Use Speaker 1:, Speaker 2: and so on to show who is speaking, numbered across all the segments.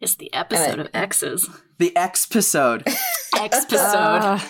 Speaker 1: It's the episode of X's.
Speaker 2: The episode.
Speaker 3: Uh,
Speaker 1: Xpisode.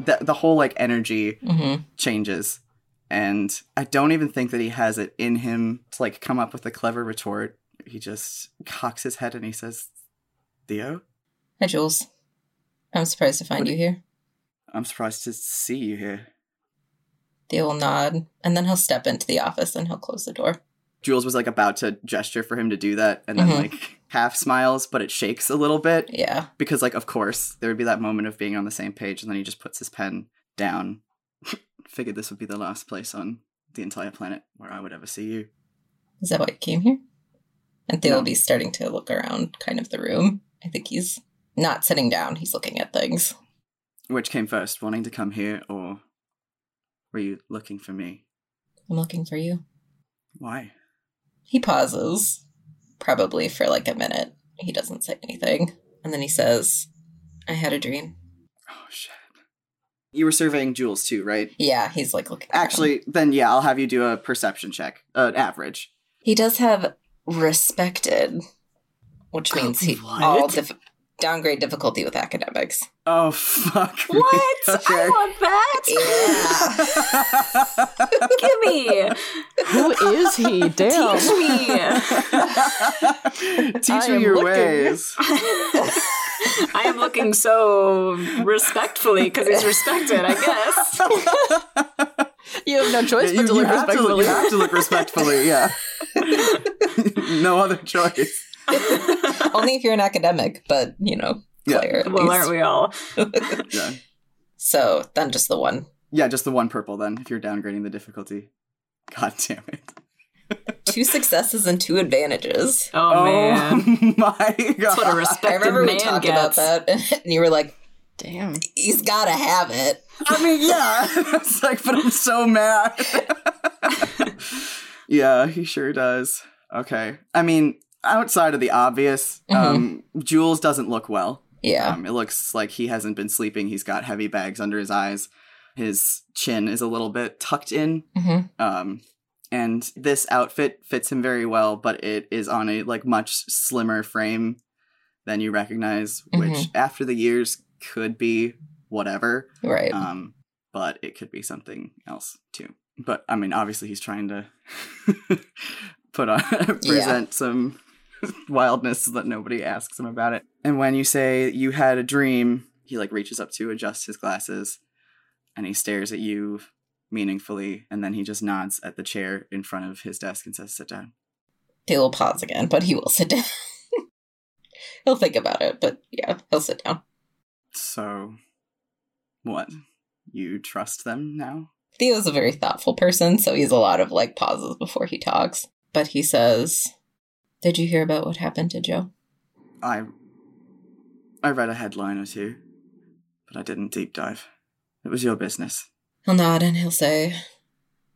Speaker 2: the, the whole like energy
Speaker 3: Mm-hmm.
Speaker 2: changes. And I don't even think that he has it in him to like come up with a clever retort. He just cocks his head and he says, Theo,
Speaker 3: Hi, Jules. I'm surprised to find you here.
Speaker 2: I'm surprised to see you here.
Speaker 3: Theo will nod, and then he'll step into the office and he'll close the door.
Speaker 2: Jules was like about to gesture for him to do that and then
Speaker 3: Mhm.
Speaker 2: like half smiles, but it shakes a little bit.
Speaker 3: Yeah.
Speaker 2: because like of course there would be that moment of being on the same page and then he just puts his pen down figured this would be the last place on the entire planet where i would ever see you
Speaker 3: Is that why you came here? And Theo
Speaker 2: No.
Speaker 3: will be starting to look around kind of the room. I think he's not sitting down, he's looking at things.
Speaker 2: which came first wanting to come here or were you looking for me
Speaker 3: I'm looking for you.
Speaker 2: why
Speaker 3: He pauses, probably for like a minute. He doesn't say anything. And then he says, I had a dream.
Speaker 2: oh shit you were surveying jules too right
Speaker 3: Yeah, he's like looking. around.
Speaker 2: actually then yeah i'll have you do a perception check an average
Speaker 3: He does have respected, which means he
Speaker 2: What?
Speaker 3: all dif- downgrade difficulty with academics.
Speaker 2: oh fuck me.
Speaker 1: What? I
Speaker 2: okay.
Speaker 1: want that. Gimme.
Speaker 4: Who is he? Damn.
Speaker 1: Teach me.
Speaker 2: teach
Speaker 4: I
Speaker 2: me
Speaker 4: am
Speaker 2: your
Speaker 4: looking.
Speaker 2: ways
Speaker 1: I am looking so respectfully because he's respected, I guess.
Speaker 4: You have no choice
Speaker 2: Yeah,
Speaker 4: but to look
Speaker 2: have to,
Speaker 4: respectfully.
Speaker 2: you have to look respectfully, yeah. no other choice.
Speaker 3: Only if you're an academic, but you know,
Speaker 2: Yeah.
Speaker 3: Claire. at
Speaker 1: Well,
Speaker 3: least.
Speaker 1: aren't we all?
Speaker 2: Yeah.
Speaker 3: So then just the one.
Speaker 2: yeah, just the one purple then, if you're downgrading the difficulty. God damn it.
Speaker 3: Two successes and two advantages.
Speaker 1: Oh, man.
Speaker 2: my god.
Speaker 1: That's what a
Speaker 3: I
Speaker 1: respected
Speaker 3: remember we
Speaker 1: man
Speaker 3: talked
Speaker 1: gets.
Speaker 3: about that, and you were like,
Speaker 4: Damn.
Speaker 3: he's gotta have it.
Speaker 2: I mean, yeah. it's like, but I'm so mad. yeah, he sure does. Okay. I mean, outside of the obvious,
Speaker 1: Mm-hmm.
Speaker 2: um, Jules doesn't look well.
Speaker 3: Yeah.
Speaker 2: Um, it looks like he hasn't been sleeping. He's got heavy bags under his eyes. His chin is a little bit tucked in.
Speaker 3: Mhm.
Speaker 2: Um, and this outfit fits him very well, but it is on a like much slimmer frame than you recognize, which after the years could be whatever.
Speaker 3: Right.
Speaker 2: Um, but it could be something else too. But I mean, obviously he's trying to put on present some wildness so that nobody asks him about it. And when you say you had a dream, he like reaches up to adjust his glasses and he stares at you meaningfully and then he just nods at the chair in front of his desk and says sit down.
Speaker 3: They will pause again, but he will sit down. he'll think about it, but yeah, he'll sit down.
Speaker 2: So what? You trust them now?
Speaker 3: Theo's a very thoughtful person, so he's a lot of like pauses before he talks. But he says, Did you hear about what happened to Joe?
Speaker 2: I I read a headline or two, but I didn't deep dive. It was your business.
Speaker 3: He'll nod and he'll say,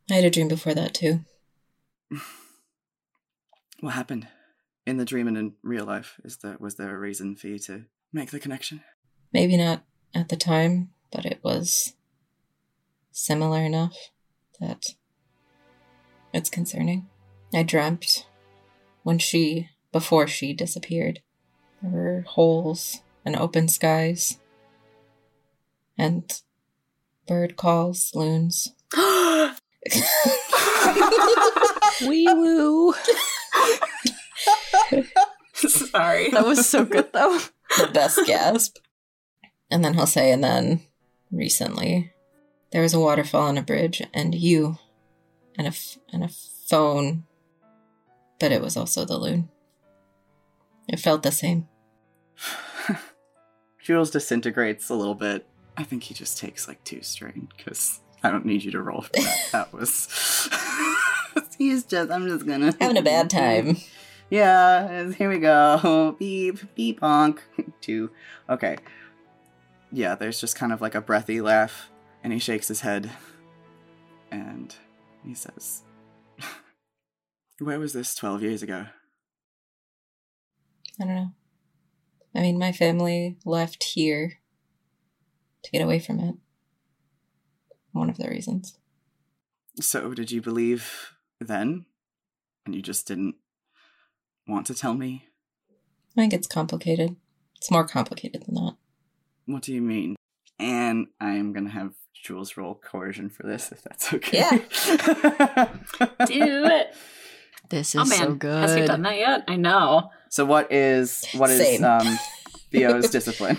Speaker 3: I had a dream before that too.
Speaker 2: What happened in the dream and in real life? Is there was there a reason for you to make the connection?
Speaker 3: Maybe not at the time, but it was similar enough that it's concerning. I dreamt when she, before she disappeared, there were holes and open skies and bird calls, loons.
Speaker 4: Wee woo.
Speaker 1: Sorry.
Speaker 4: That was so good though.
Speaker 3: the best gasp. And then he'll say, and then recently there was a waterfall and a bridge and you and a, f- and a phone, but it was also the loon. It felt the same.
Speaker 2: Jules disintegrates a little bit. I think he just takes like two strain because I don't need you to roll for that. that was. He's just. I'm just gonna
Speaker 3: Having a bad time.
Speaker 2: yeah, here we go. Beep, beep, honk. Two. Okay. Yeah, there's just kind of like a breathy laugh, and he shakes his head and he says, Where was this 12 years ago?
Speaker 3: I don't know. I mean, my family left here to get away from it. One of the reasons.
Speaker 2: So, did you believe then? And you just didn't want to tell me?
Speaker 3: I think it's complicated. It's more complicated than that.
Speaker 2: What do you mean? And I am going to have Jules roll coercion for this, if that's okay.
Speaker 1: Do it.
Speaker 5: This is
Speaker 1: Oh man,
Speaker 5: so
Speaker 1: has he
Speaker 5: good.
Speaker 1: done that yet? I know.
Speaker 2: so, what is what is
Speaker 3: Same.
Speaker 2: um, Theo's discipline?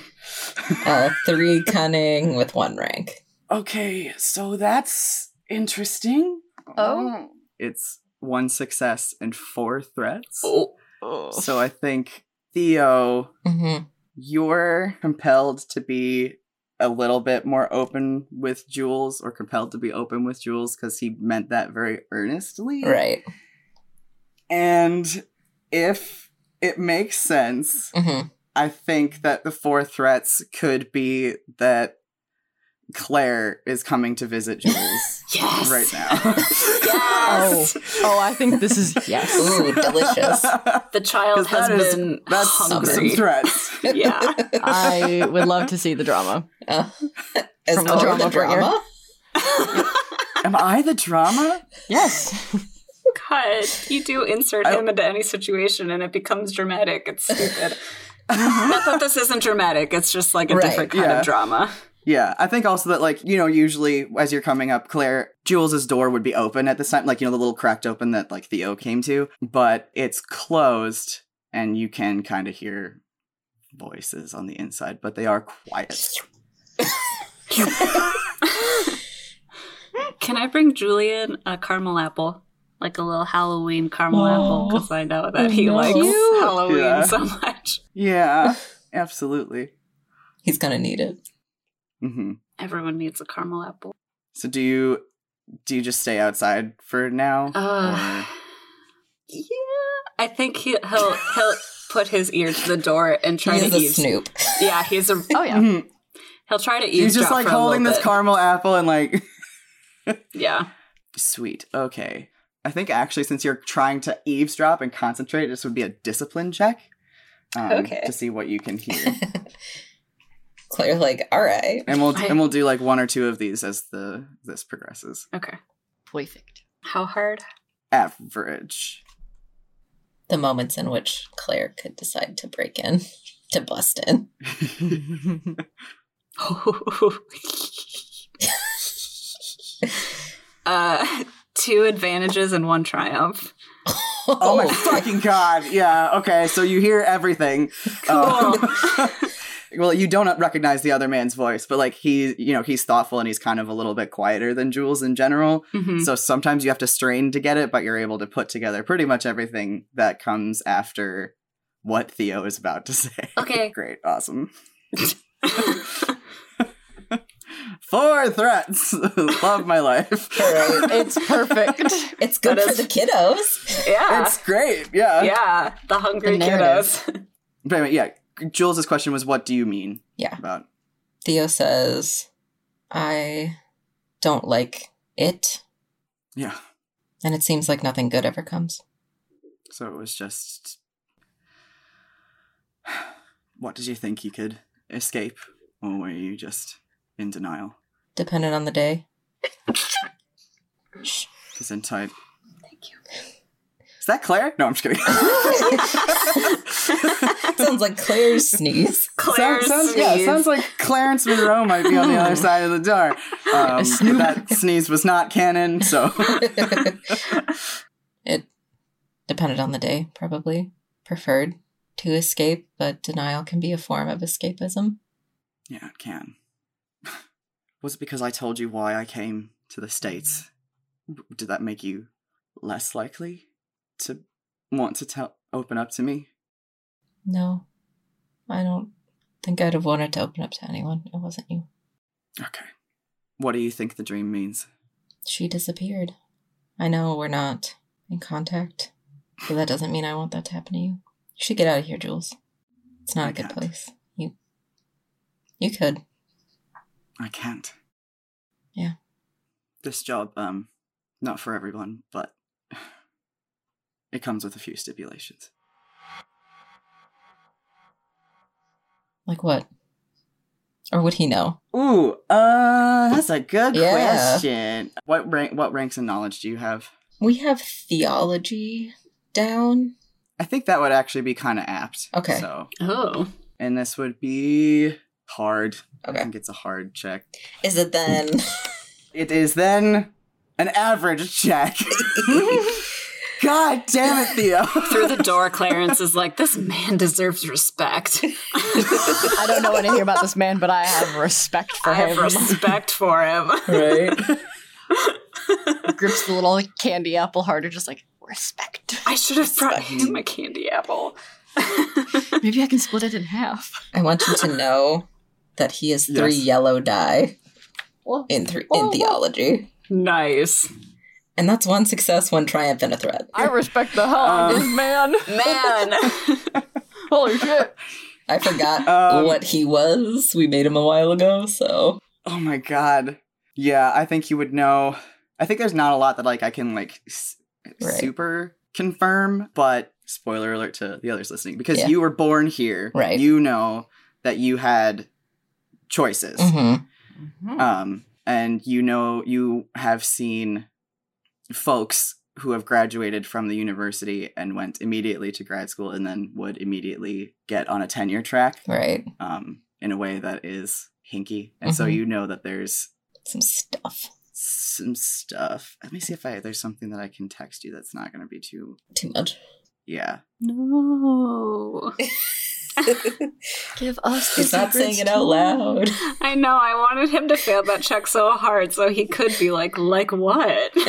Speaker 3: Uh, three cunning with one rank.
Speaker 2: Okay, so that's interesting.
Speaker 4: Oh.
Speaker 2: It's one success and four threats.
Speaker 1: Oh,
Speaker 2: So I think Theo,
Speaker 3: Mm-hmm.
Speaker 2: you're compelled to be a little bit more open with Jules or compelled to be open with Jules cuz he meant that very earnestly.
Speaker 3: Right.
Speaker 2: And if it makes sense,
Speaker 3: Mm-hmm.
Speaker 2: I think that the four threats could be that Claire is coming to visit Jules
Speaker 1: yes.
Speaker 2: right now.
Speaker 1: Yes.
Speaker 5: Oh, I think this is yes.
Speaker 3: Ooh, delicious.
Speaker 1: The child
Speaker 2: 'Cause that
Speaker 1: has
Speaker 2: is-
Speaker 1: been
Speaker 2: That's some
Speaker 1: hungry.
Speaker 2: threats.
Speaker 1: yeah.
Speaker 5: I would love to see the drama.
Speaker 3: Uh, as
Speaker 5: From
Speaker 3: part
Speaker 5: the
Speaker 3: of
Speaker 5: drama
Speaker 3: the
Speaker 5: bringer.
Speaker 3: drama.
Speaker 2: Am I the drama?
Speaker 5: Yes.
Speaker 1: God, you do insert
Speaker 2: I-
Speaker 1: him into any situation and it becomes dramatic. It's stupid. Not that this isn't dramatic, it's just like a
Speaker 3: Right,
Speaker 1: different kind
Speaker 2: yeah.
Speaker 1: of drama.
Speaker 2: Yeah, I think also that like you know usually as you're coming up, Claire Jules's door would be open at this time, like you know the little cracked open that like Theo came to, but it's closed and you can kind of hear voices on the inside, but they are quiet.
Speaker 1: Can I bring Julian a caramel apple? Like a little Halloween caramel apple? Because I know that he likes
Speaker 5: Cute.
Speaker 1: Halloween
Speaker 2: Yeah.
Speaker 1: so much.
Speaker 2: Yeah, absolutely.
Speaker 3: He's gonna need it.
Speaker 2: hmm
Speaker 1: Everyone needs a caramel apple.
Speaker 2: So do you do you just stay outside for now?
Speaker 1: Uh,
Speaker 2: Or-
Speaker 1: yeah. I think he, he'll he'll put his ear to the door and try
Speaker 3: He is
Speaker 1: to
Speaker 3: a
Speaker 1: eavesdrop.
Speaker 3: snoop.
Speaker 1: Yeah, he's a
Speaker 5: Oh yeah.
Speaker 2: Mhm.
Speaker 1: he'll try to eavesdrop.
Speaker 2: He's just like
Speaker 1: for a
Speaker 2: holding
Speaker 1: little
Speaker 2: this
Speaker 1: bit.
Speaker 2: caramel apple and like
Speaker 1: Yeah.
Speaker 2: Sweet. Okay. I think actually, since you're trying to eavesdrop and concentrate, this would be a discipline check. Um,
Speaker 1: Okay.
Speaker 2: To see what you can hear,
Speaker 3: Claire, like, all right.
Speaker 2: and we'll
Speaker 1: I-
Speaker 2: and we'll do like one or two of these as the this progresses.
Speaker 1: Okay.
Speaker 5: Perfect.
Speaker 1: How hard?
Speaker 2: Average.
Speaker 3: The moments in which Claire could decide to break in, to bust in.
Speaker 1: uh, two advantages and one triumph.
Speaker 2: Oh my fucking god! Yeah. Okay. So you hear everything.
Speaker 1: Oh.
Speaker 2: Um, well, you don't recognize the other man's voice, but like he, you know, he's thoughtful and he's kind of a little bit quieter than Jules in general.
Speaker 1: Mhm.
Speaker 2: So sometimes you have to strain to get it, but you're able to put together pretty much everything that comes after what Theo is about to say.
Speaker 1: Okay.
Speaker 2: Great. Awesome. Four threats. Love my life.
Speaker 3: Alright.
Speaker 5: It's perfect.
Speaker 3: It's good
Speaker 1: That
Speaker 3: for
Speaker 1: is-
Speaker 3: the kiddos.
Speaker 1: yeah.
Speaker 2: It's great. Yeah.
Speaker 1: yeah. The hungry
Speaker 5: The narrative.
Speaker 1: kiddos.
Speaker 2: But anyway, yeah. Jules' question was, "What do you mean?"
Speaker 3: Yeah.
Speaker 2: About
Speaker 3: Theo says, I don't like it.
Speaker 2: yeah.
Speaker 3: And it seems like nothing good ever comes.
Speaker 2: So it was just. What did you think you could escape, or were you just in denial?
Speaker 3: Dependent on the day.
Speaker 2: Because in time. Thank you. Is that Claire? No, I'm just kidding.
Speaker 3: Sounds like Claire's sneeze.
Speaker 1: Claire
Speaker 2: sounds,
Speaker 1: sneezed.
Speaker 2: yeah, sounds like Clarence Monroe might be on the other side of the door. Um,
Speaker 5: Snoop.
Speaker 2: that sneeze was not canon, so
Speaker 3: it depended on the day, probably. Preferred to escape, but denial can be a form of escapism.
Speaker 2: yeah, it can. Was it because I told you why I came to the states? Did that make you less likely to want to tell, open up to me?
Speaker 3: No, I don't think I'd have wanted to open up to anyone. It wasn't you.
Speaker 2: Okay. What do you think the dream means?
Speaker 3: She disappeared. I know we're not in contact But that doesn't mean I want that to happen to you. You should get out of here, Jules. It's not a good
Speaker 2: can't.
Speaker 3: place. You You could.
Speaker 2: I can't.
Speaker 3: Yeah.
Speaker 2: This job, um, not for everyone, but it comes with a few stipulations.
Speaker 3: Like what? Or would he know?
Speaker 2: Ooh, uh, that's a good
Speaker 3: Yeah.
Speaker 2: question. What rank? What ranks and knowledge do you have?
Speaker 3: We have theology down.
Speaker 2: I think that would actually be kind of apt.
Speaker 3: Okay.
Speaker 2: So,
Speaker 1: Oh.
Speaker 2: and this would be hard. I
Speaker 3: Okay.
Speaker 2: think it's a hard check.
Speaker 3: Is it then
Speaker 2: It is then an average check. God damn it, Theo.
Speaker 1: Through the door, Clarence is like, this man deserves respect.
Speaker 5: I don't know anything about this man, but I have respect for
Speaker 1: I have
Speaker 5: him.
Speaker 1: respect for him.
Speaker 3: Right?
Speaker 5: Grips the little candy apple harder, just like respect.
Speaker 1: I should have brought him a candy apple.
Speaker 5: Maybe I can split it in half.
Speaker 3: I want you to know that he is three
Speaker 2: Yes. Oh.
Speaker 3: yellow die
Speaker 5: Well,
Speaker 3: in thr in theology.
Speaker 1: Nice.
Speaker 3: And that's one success, one triumph, and a threat.
Speaker 4: I respect the hell out of
Speaker 2: Um,
Speaker 4: this man.
Speaker 1: Man.
Speaker 4: Holy shit.
Speaker 3: I forgot
Speaker 2: Um,
Speaker 3: what he was. We made him a while ago, so
Speaker 2: Oh my god. Yeah, I think you would know. I think there's not a lot that like I can like s-
Speaker 3: Right.
Speaker 2: super confirm, but spoiler alert to the others listening because
Speaker 3: Yeah.
Speaker 2: you were born here.
Speaker 3: Right.
Speaker 2: You know that you had choices.
Speaker 3: Mhm.
Speaker 2: Um and you know you have seen folks who have graduated from the university and went immediately to grad school and then would immediately get on a tenure track
Speaker 3: right.
Speaker 2: um, in a way that is hinky. And so
Speaker 3: Mhm.
Speaker 2: you know that there's
Speaker 3: Some stuff.
Speaker 2: some stuff. Let me see if I there's something that I can text you that's not going to be too
Speaker 3: Too much.
Speaker 2: yeah.
Speaker 1: no.
Speaker 5: Give us
Speaker 3: He's not saying it out loud.
Speaker 1: I know. I wanted him to fail that check so hard so he could be like, like what?
Speaker 3: he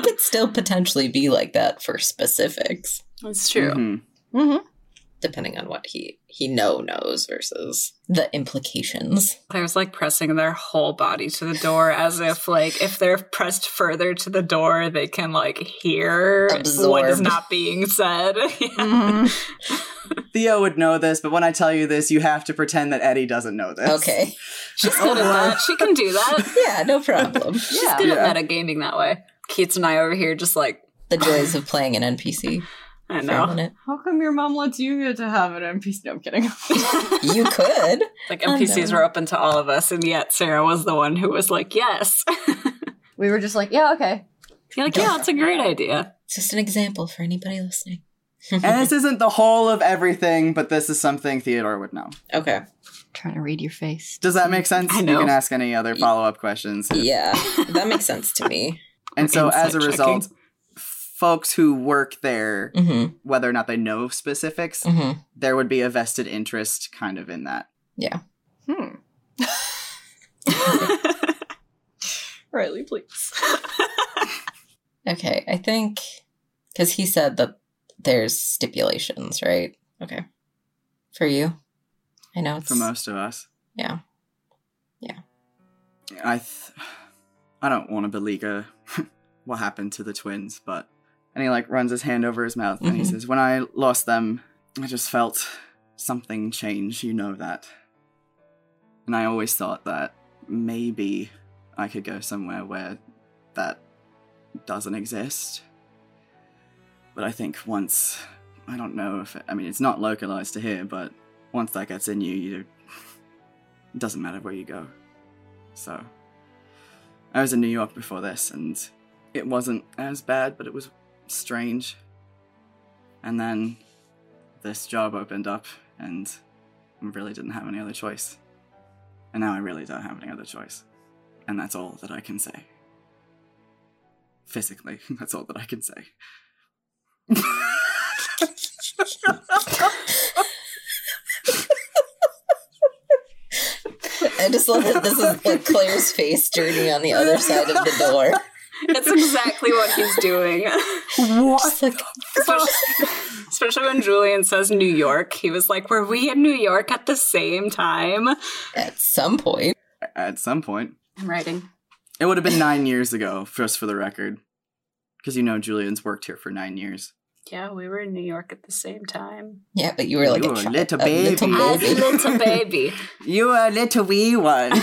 Speaker 3: could still potentially be like that for specifics,
Speaker 1: That's true.
Speaker 2: Mhm.
Speaker 5: Mm-hmm.
Speaker 3: depending on what he he know knows versus the implications.
Speaker 1: Claire's like pressing their whole body to the door as if like if they're pressed further to the door they can like hear what is
Speaker 3: Absorb. Mm-hmm.
Speaker 1: not being said. Yeah.
Speaker 2: Theo would know this, but when I tell you this, you have to pretend that Eddie doesn't know this.
Speaker 3: Okay.
Speaker 1: She's
Speaker 3: Oh,
Speaker 1: good at that. She can do that.
Speaker 3: Yeah, no problem.
Speaker 1: She's good at metagaming that way. Keats and I over here just like
Speaker 3: the joys of playing an NPC
Speaker 1: I
Speaker 3: for a
Speaker 1: know.
Speaker 3: minute.
Speaker 5: How come your mom lets you get to have an NPC? No, I'm kidding.
Speaker 3: You could.
Speaker 1: Like
Speaker 3: I
Speaker 1: NPCs
Speaker 3: know.
Speaker 1: were open to all of us and yet Sarah was the one who was like, Yes.
Speaker 5: we were just like, yeah, okay.
Speaker 1: You're like, Yeah, it's a great idea.
Speaker 3: It's just an example for anybody listening.
Speaker 2: And this isn't the whole of everything, but this is something Theodore would know.
Speaker 3: Okay.
Speaker 5: trying to read your face.
Speaker 2: Does that make sense?
Speaker 1: I
Speaker 2: You
Speaker 1: know.
Speaker 2: can ask any other follow up questions.
Speaker 3: Yeah, that makes sense to me.
Speaker 2: And so,
Speaker 1: Insight
Speaker 2: as a result,
Speaker 1: checking.
Speaker 2: folks who work there,
Speaker 3: Mm-hmm.
Speaker 2: whether or not they know specifics,
Speaker 1: Mm.
Speaker 3: Mm-hmm.
Speaker 2: there would be a vested interest kind of in that.
Speaker 5: Hmm. Riley, please.
Speaker 3: Okay, I think because he said that there's stipulations, right? Okay. For you, I know it's
Speaker 2: For most of us.
Speaker 3: yeah.
Speaker 2: I th- I don't want to beleaguer what happened to the twins, but and he like runs his hand over his mouth and he
Speaker 3: Mhm.
Speaker 2: says, "When I lost them, I just felt something change, you know that." And I always thought that maybe I could go somewhere where that doesn't exist. But I think once I don't know if it, I mean it's not localized to here, but once that gets in you, you it doesn't matter where you go. So I was in New York before this and it wasn't as bad, but it was strange. And then this job opened up and I really didn't have any other choice. And now I really don't have any other choice. And that's all that I can say. Physically, that's all that I can say.
Speaker 3: I just love that this is like Claire's face journey on the other side of the door.
Speaker 1: It's exactly what he's doing.
Speaker 3: Just like
Speaker 1: Especially, especially when Julian says New York, he was like, "Were we in New York at the same time?"
Speaker 3: at some point.
Speaker 2: At some point,
Speaker 1: I'm writing.
Speaker 2: it would have been nine years ago, just for the record. because you know Julian's worked here for nine years.
Speaker 1: Yeah, we were in New York at the same time.
Speaker 3: Yeah, but you were like
Speaker 2: You
Speaker 3: a,
Speaker 2: were
Speaker 3: chi-
Speaker 2: little
Speaker 3: a
Speaker 2: baby.
Speaker 1: As a
Speaker 3: baby.
Speaker 1: little baby.
Speaker 2: You a little wee one.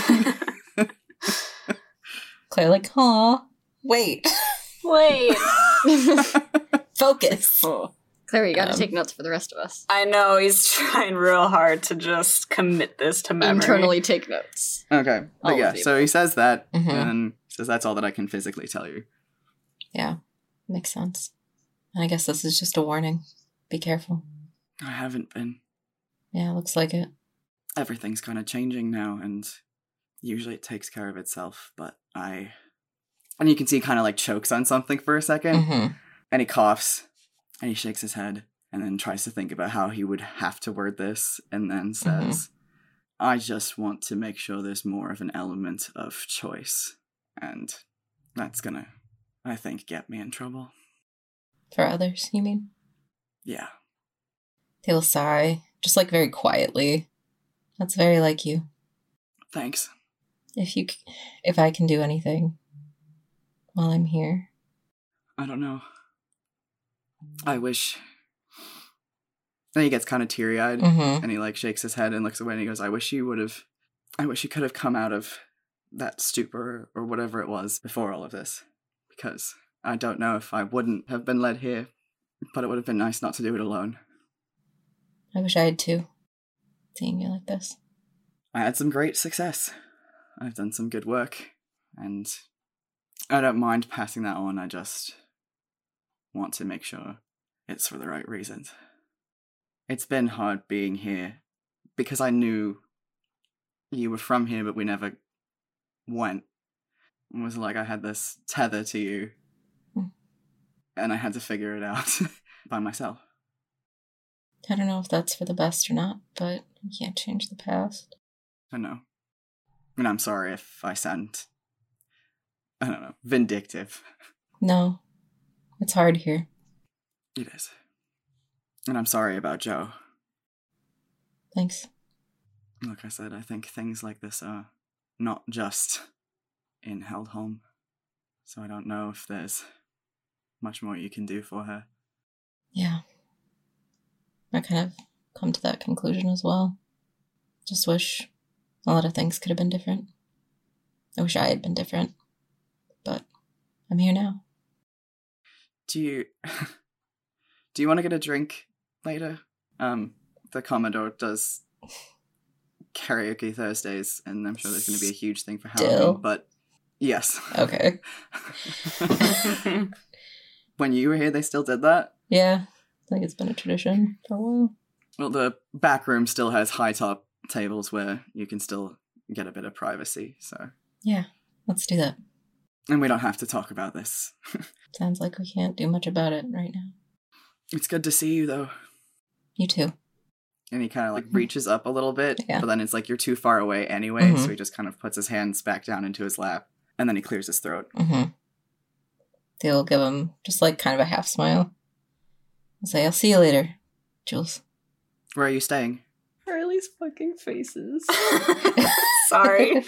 Speaker 3: Claire, like, huh? Wait,
Speaker 1: Wait.
Speaker 5: Hmm.
Speaker 3: focus.
Speaker 4: Oh.
Speaker 5: Claire, you gotta
Speaker 3: Um,
Speaker 5: take notes for the rest of us.
Speaker 1: I know he's trying real hard to just commit this to memory.
Speaker 5: Internally take notes.
Speaker 2: okay,
Speaker 5: All
Speaker 2: but
Speaker 5: of
Speaker 2: yeah,
Speaker 5: the
Speaker 2: so he says that,
Speaker 3: Mhm.
Speaker 2: and says that's all that I can physically tell you.
Speaker 3: Makes sense. And I guess this is just a warning. Be careful.
Speaker 2: I haven't been.
Speaker 3: Yeah, looks like it.
Speaker 2: Everything's kind of changing now, and usually it takes care of itself. But I, and you can see he kind of like chokes on something for a 2nd
Speaker 3: hmm
Speaker 2: and he coughs, and he shakes his head, and then tries to think about how he would have to word this, and then says, "I just want to make sure there's more of an element of choice, and that's gonna, I think, get me in trouble."
Speaker 3: For others, you mean?
Speaker 2: Yeah.
Speaker 3: They will sigh, just like very quietly. That's very like you.
Speaker 2: Thanks.
Speaker 3: If you, c- if I can do anything while I'm here,
Speaker 2: I don't know. I wish. And he gets kind of teary eyed
Speaker 3: mm-hmm.
Speaker 2: and he like shakes his head and looks away and he goes, I wish you would have. I wish you could have come out of that stupor or whatever it was before all of this. Because I don't know if I wouldn't have been led here, but it would have been nice not to do it alone.
Speaker 3: I wish I had too. Seeing you like this,
Speaker 2: I had some great success. I've done some good work, and I don't mind passing that on. I just want to make sure it's for the right reasons. It's been hard being here because I knew you were from here, but we never went. It was like I had this tether to you,
Speaker 3: Hmm.
Speaker 2: and I had to figure it out by myself.
Speaker 3: I don't know if that's for the best or not, but you can't change the past.
Speaker 2: I know. And I'm sorry if I sound, I don't know, vindictive.
Speaker 3: No, it's hard here.
Speaker 2: It is. And I'm sorry about Joe.
Speaker 3: Thanks.
Speaker 2: Like I said, I think things like this are not just in Heldholm. So I don't know if there's much more you can do for her.
Speaker 3: Yeah, I kind of come to that conclusion as well. Just wish a lot of things could have been different. I wish I had been different, but I'm here now.
Speaker 2: Do you do you want to get a drink later? Um, the Commodore does karaoke Thursdays, and I'm sure there's going to be a huge thing for Halloween.
Speaker 3: Still? Oh,
Speaker 2: But yes,
Speaker 3: Okay.
Speaker 2: when you were here, they still did that.
Speaker 3: Yeah, I think it's been a tradition for a while.
Speaker 2: Well, the back room still has high top tables where you can still get a bit of privacy. So,
Speaker 3: Yeah, let's do that.
Speaker 2: and we don't have to talk about this.
Speaker 3: Sounds like we can't do much about it right now.
Speaker 2: It's good to see you, though.
Speaker 3: You too.
Speaker 2: And he kind of like reaches up a little bit,
Speaker 3: Mm-hmm. Yeah.
Speaker 2: but then it's like you're too far away anyway. So
Speaker 3: Mhm.
Speaker 2: he just kind of puts his hands back down into his lap, and then he clears his throat.
Speaker 3: Mm-hmm. They'll give him just like kind of a half smile. And say, I'll see you later, Jules.
Speaker 2: Where are you staying?
Speaker 4: Harley's fucking faces.
Speaker 1: Sorry.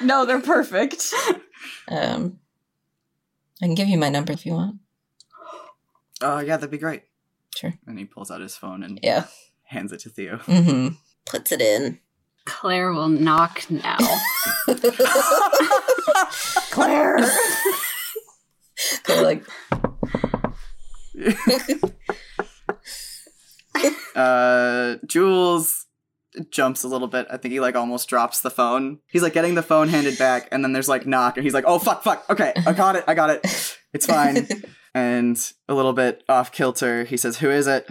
Speaker 4: no, they're perfect.
Speaker 3: Um, I can give you my number if you want.
Speaker 2: Oh, yeah, that'd be great.
Speaker 3: Sure.
Speaker 2: And he pulls out his phone and
Speaker 3: Yeah.
Speaker 2: hands it to Theo.
Speaker 3: Mm-hmm. Puts it in.
Speaker 1: Claire will knock now.
Speaker 4: Claire!
Speaker 3: They're like,
Speaker 2: uh, Jules jumps a little bit. I think he like almost drops the phone. He's like getting the phone handed back, and then there's like knock, and he's like, "Oh fuck, fuck, okay, I got it, I got it, it's fine." and a little bit off kilter, he says, "Who is it?"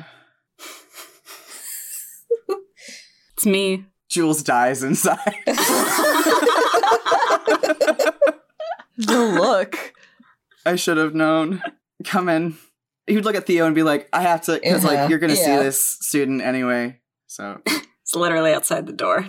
Speaker 1: it's me.
Speaker 2: Jules dies inside.
Speaker 4: the look.
Speaker 2: I should have known. Come in. He would look at Theo and be like, "I have to," because
Speaker 3: Uh-huh,
Speaker 2: like you're gonna see
Speaker 3: yeah.
Speaker 2: this student anyway. So,
Speaker 1: It's literally outside the door.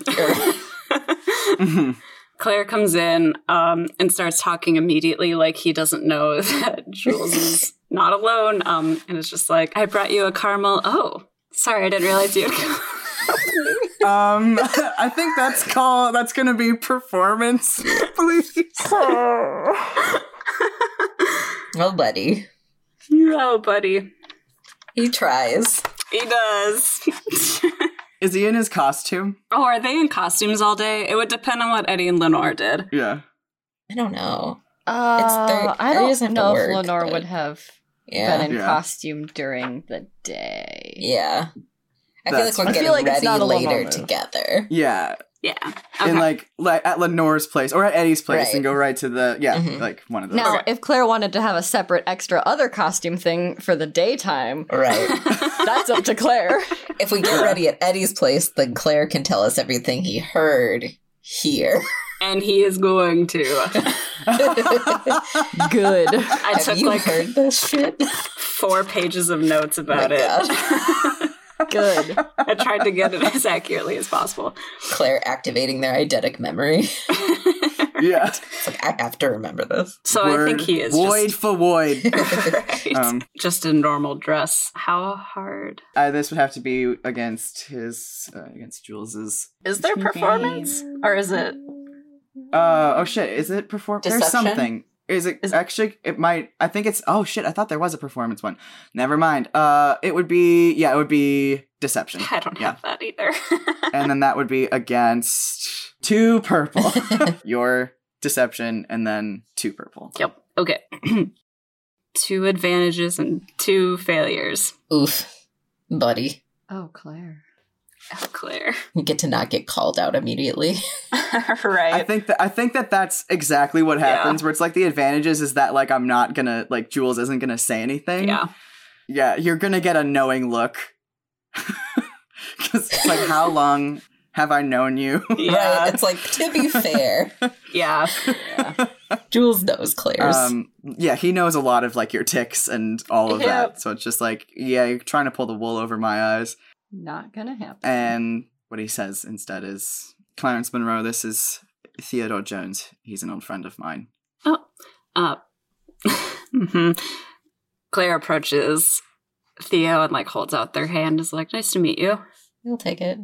Speaker 2: mhm.
Speaker 1: Claire comes in um, and starts talking immediately, like he doesn't know that Jules is not alone. Um, and it's just like, I brought you a caramel. Oh, sorry, I didn't realize you had come.
Speaker 2: um, I think that's call. That's gonna be performance, please.
Speaker 3: oh, buddy.
Speaker 1: Oh, buddy.
Speaker 6: He tries.
Speaker 1: He does.
Speaker 2: Is he in his costume?
Speaker 1: oh, are they in costumes all day? It would depend on what Eddie and Lenore did.
Speaker 2: Yeah.
Speaker 3: I don't know.
Speaker 5: Uh,
Speaker 3: third-
Speaker 5: I
Speaker 3: it
Speaker 5: don't
Speaker 3: doesn't have to
Speaker 5: know if
Speaker 3: work,
Speaker 5: Lenore
Speaker 3: but-
Speaker 5: would have
Speaker 3: Yeah.
Speaker 5: been in
Speaker 2: Yeah.
Speaker 5: costume during the day.
Speaker 3: Yeah. I feel
Speaker 2: That's-
Speaker 3: like we're
Speaker 2: I
Speaker 3: getting
Speaker 4: feel like it's
Speaker 3: ready
Speaker 4: not a lone
Speaker 3: later
Speaker 4: move.
Speaker 3: together.
Speaker 2: Yeah.
Speaker 1: Yeah. Okay.
Speaker 2: And like, like at Lenore's place or at Eddie's place
Speaker 3: Right.
Speaker 2: and go right to the yeah,
Speaker 3: Mhm.
Speaker 2: like one of those.
Speaker 5: Now, if Claire wanted to have a separate extra other costume thing for the daytime,
Speaker 3: Right.
Speaker 5: that's up to Claire.
Speaker 3: if we get ready at Eddie's place, then Claire can tell us everything he heard here.
Speaker 1: and he is going to.
Speaker 4: Good.
Speaker 1: I
Speaker 3: Have
Speaker 1: took
Speaker 3: you
Speaker 1: like
Speaker 3: heard this shit?
Speaker 1: four pages of notes about
Speaker 3: my
Speaker 1: it.
Speaker 4: Good.
Speaker 1: I tried to get it as accurately as possible.
Speaker 3: Claire activating their eidetic memory.
Speaker 2: yeah.
Speaker 3: It's like I have to remember this.
Speaker 1: So I think
Speaker 2: Word
Speaker 1: he is
Speaker 2: void
Speaker 1: just,
Speaker 2: for void.
Speaker 1: Right.
Speaker 2: um,
Speaker 1: just a normal dress. How hard?
Speaker 2: uh, this would have to be against his uh, against Jules's.
Speaker 1: Is there performance? Or is it?
Speaker 2: Uh oh shit! Is it perform? There's
Speaker 6: Deception?
Speaker 2: something. Is it
Speaker 1: Is-
Speaker 2: actually? It might. I think it's. Oh shit! I thought there was a performance one. Never mind. Uh, it would be. Yeah, it would be deception,
Speaker 1: I don't have that either.
Speaker 2: and then that would be against two purple. Your deception, and then two purple.
Speaker 1: yep. Okay. two advantages and two failures.
Speaker 3: Oof, buddy.
Speaker 5: Oh, Claire.
Speaker 1: Oh, Claire.
Speaker 3: You get to not get called out immediately.
Speaker 1: right.
Speaker 2: I think that I think that that's exactly what
Speaker 1: Yeah.
Speaker 2: happens. Where it's like the advantages is that like I'm not gonna like Jules isn't gonna say anything.
Speaker 1: yeah.
Speaker 2: yeah, you're gonna get a knowing look. Because it's like, how long have I known you?
Speaker 1: Yeah.
Speaker 3: Right? It's like to be fair,
Speaker 1: Yeah.
Speaker 3: Jules knows Claire's.
Speaker 2: Um, yeah, he knows a lot of like your ticks and all of that. So it's just like, yeah, you're trying to pull the wool over my eyes.
Speaker 5: Not gonna happen.
Speaker 2: And what he says instead is, Clarence Monroe, this is Theodore Jones. He's an old friend of mine.
Speaker 1: Uh, hmm Claire approaches Theo and like holds out their hand. Is like, nice to meet you.
Speaker 3: You'll take it.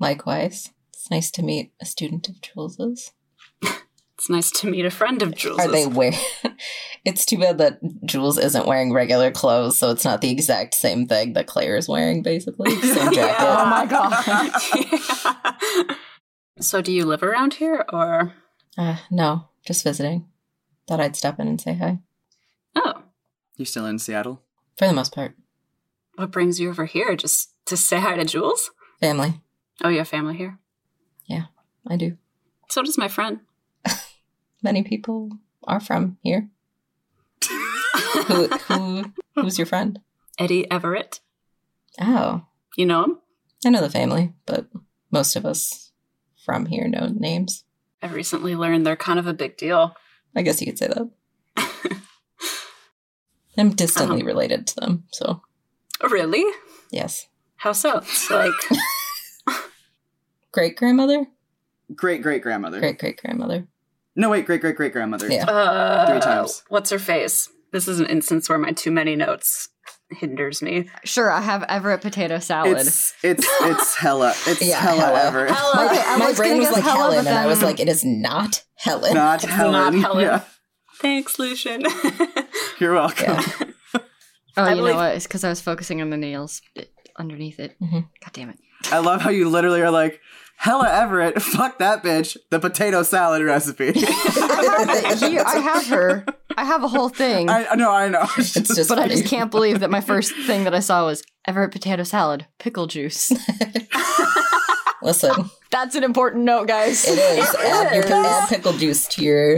Speaker 3: Likewise, it's nice to meet a student of Jules's.
Speaker 1: It's nice to meet a friend of Jules's.
Speaker 3: Are they wearing? it's too bad that Jules isn't wearing regular clothes, so it's not the exact same thing that Claire is wearing. Basically, same jacket.
Speaker 1: Yeah.
Speaker 4: Oh my god.
Speaker 1: Yeah. So, do you live around here, or
Speaker 3: Uh, no, just visiting. Thought I'd stop in and say hi.
Speaker 1: oh,
Speaker 2: You still in Seattle?
Speaker 3: For the most part,
Speaker 1: what brings you over here? Just to say hi to Jules?
Speaker 3: family.
Speaker 1: Oh, you have family here.
Speaker 3: I do.
Speaker 1: So does my friend.
Speaker 3: Many people are from here. Who, who, who's your friend?
Speaker 1: Eddie Everett.
Speaker 3: Oh,
Speaker 1: You know him.
Speaker 3: I know the family, but most of us from here know names.
Speaker 1: I recently learned they're kind of a big deal.
Speaker 3: I guess you could say that. I'm distantly
Speaker 5: Uh-huh.
Speaker 1: Um.
Speaker 3: related to them, so
Speaker 1: Really?
Speaker 3: yes.
Speaker 1: How so? It's like,
Speaker 3: Great grandmother,
Speaker 2: Great great grandmother.
Speaker 3: great great grandmother.
Speaker 2: No, wait, great great great grandmother.
Speaker 3: Yeah.
Speaker 1: uh,
Speaker 2: Three times.
Speaker 1: What's her face? This is an instance where my too many notes hinders me.
Speaker 5: Sure, I have Everett potato salad.
Speaker 2: It's it's it's hella it's
Speaker 3: Yeah,
Speaker 2: hella,
Speaker 3: hella.
Speaker 2: Everett.
Speaker 5: Hella. Okay, I
Speaker 3: My
Speaker 5: was
Speaker 3: brain
Speaker 5: gonna
Speaker 3: was
Speaker 5: guess
Speaker 3: like
Speaker 5: Helen,
Speaker 3: Helen,
Speaker 5: but
Speaker 3: and I was
Speaker 5: then-
Speaker 3: like, it is not Helen.
Speaker 2: Not Helen.
Speaker 1: not Helen.
Speaker 2: Yeah.
Speaker 1: Thanks, Lucian.
Speaker 2: You're welcome.
Speaker 3: Yeah.
Speaker 5: oh,
Speaker 1: I
Speaker 5: you
Speaker 1: believe-
Speaker 5: know what? It's because I was focusing on the nails bit underneath it.
Speaker 3: Mhm.
Speaker 5: God damn it.
Speaker 2: I love how you literally are like, Hella Everett, fuck that bitch, the potato salad recipe.
Speaker 5: Here, I have her. I have a whole thing.
Speaker 2: I know, I know. It's
Speaker 3: It's just
Speaker 5: but I just can't believe that my first thing that I saw was Everett potato salad, pickle juice.
Speaker 3: Listen,
Speaker 5: That's an important note, guys.
Speaker 3: it is. add, your, add pickle juice to your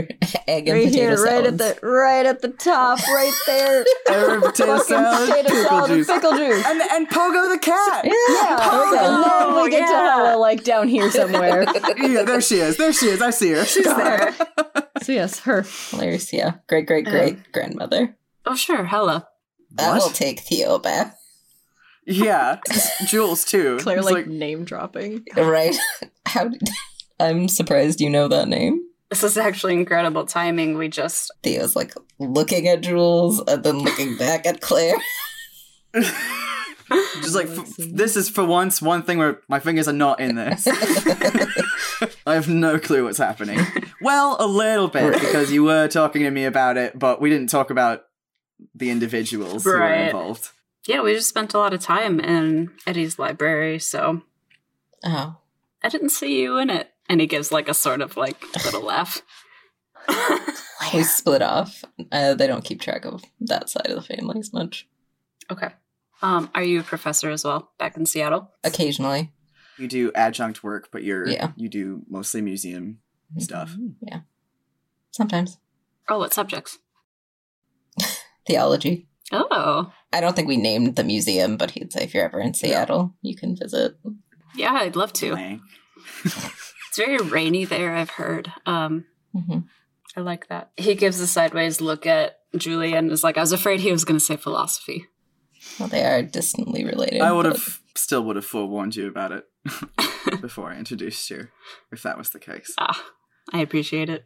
Speaker 3: egg and potato salads.
Speaker 4: right at the top, right there.
Speaker 2: Everett potato salad, pickle juice.
Speaker 4: pickle juice.
Speaker 2: And, and Pogo the
Speaker 4: Yeah,
Speaker 2: cat.
Speaker 4: and then
Speaker 5: Oh,
Speaker 4: we get to
Speaker 1: yeah.
Speaker 4: Hella, like down here somewhere.
Speaker 2: Yeah, there she is. There she is. I see her. She's there.
Speaker 5: So yes, her.
Speaker 3: Hilarious, yeah. Great great great grandmother.
Speaker 1: oh, sure. Hella.
Speaker 3: That
Speaker 2: What?
Speaker 3: will take Theo back,
Speaker 2: Yeah. Jules, too.
Speaker 5: Claire
Speaker 2: It's
Speaker 5: like, name dropping.
Speaker 3: right? How? Did, I'm surprised you know that name.
Speaker 1: This is actually incredible timing. We just
Speaker 3: Theo's like looking at Jules and then looking back at Claire.
Speaker 2: just like, f- this is for once one thing where my fingers are not in this. I have no clue what's happening. Well, a little bit because you were talking to me about it, but we didn't talk about the individuals who
Speaker 1: Right.
Speaker 2: are involved.
Speaker 1: Yeah, we just spent a lot of time in Eddie's library, so
Speaker 3: Oh,
Speaker 1: I didn't see you in it. And he gives like a sort of like little laugh.
Speaker 3: we split off. Uh, they don't keep track of that side of the family as much.
Speaker 1: Okay. Um, are you a professor as well back in Seattle?
Speaker 3: Occasionally,
Speaker 2: You do adjunct work, but you're
Speaker 3: Yeah.
Speaker 2: you do mostly museum stuff.
Speaker 3: Mm-hmm. Yeah, sometimes
Speaker 1: Oh, what subjects?
Speaker 3: theology.
Speaker 1: Oh,
Speaker 3: I don't think we named the museum, but he'd say if you're ever in Seattle, you can visit.
Speaker 1: yeah, I'd love to.
Speaker 2: Like,
Speaker 1: It's very rainy there, I've heard. Um,
Speaker 3: Mhm.
Speaker 1: I like that. He gives a sideways look at Julie and is like, I was afraid he was going to say philosophy.
Speaker 3: Well, they are distantly related.
Speaker 2: I would
Speaker 3: but-
Speaker 2: have still would have forewarned you about it before I introduced you, if that was the case.
Speaker 1: Ah, I appreciate it.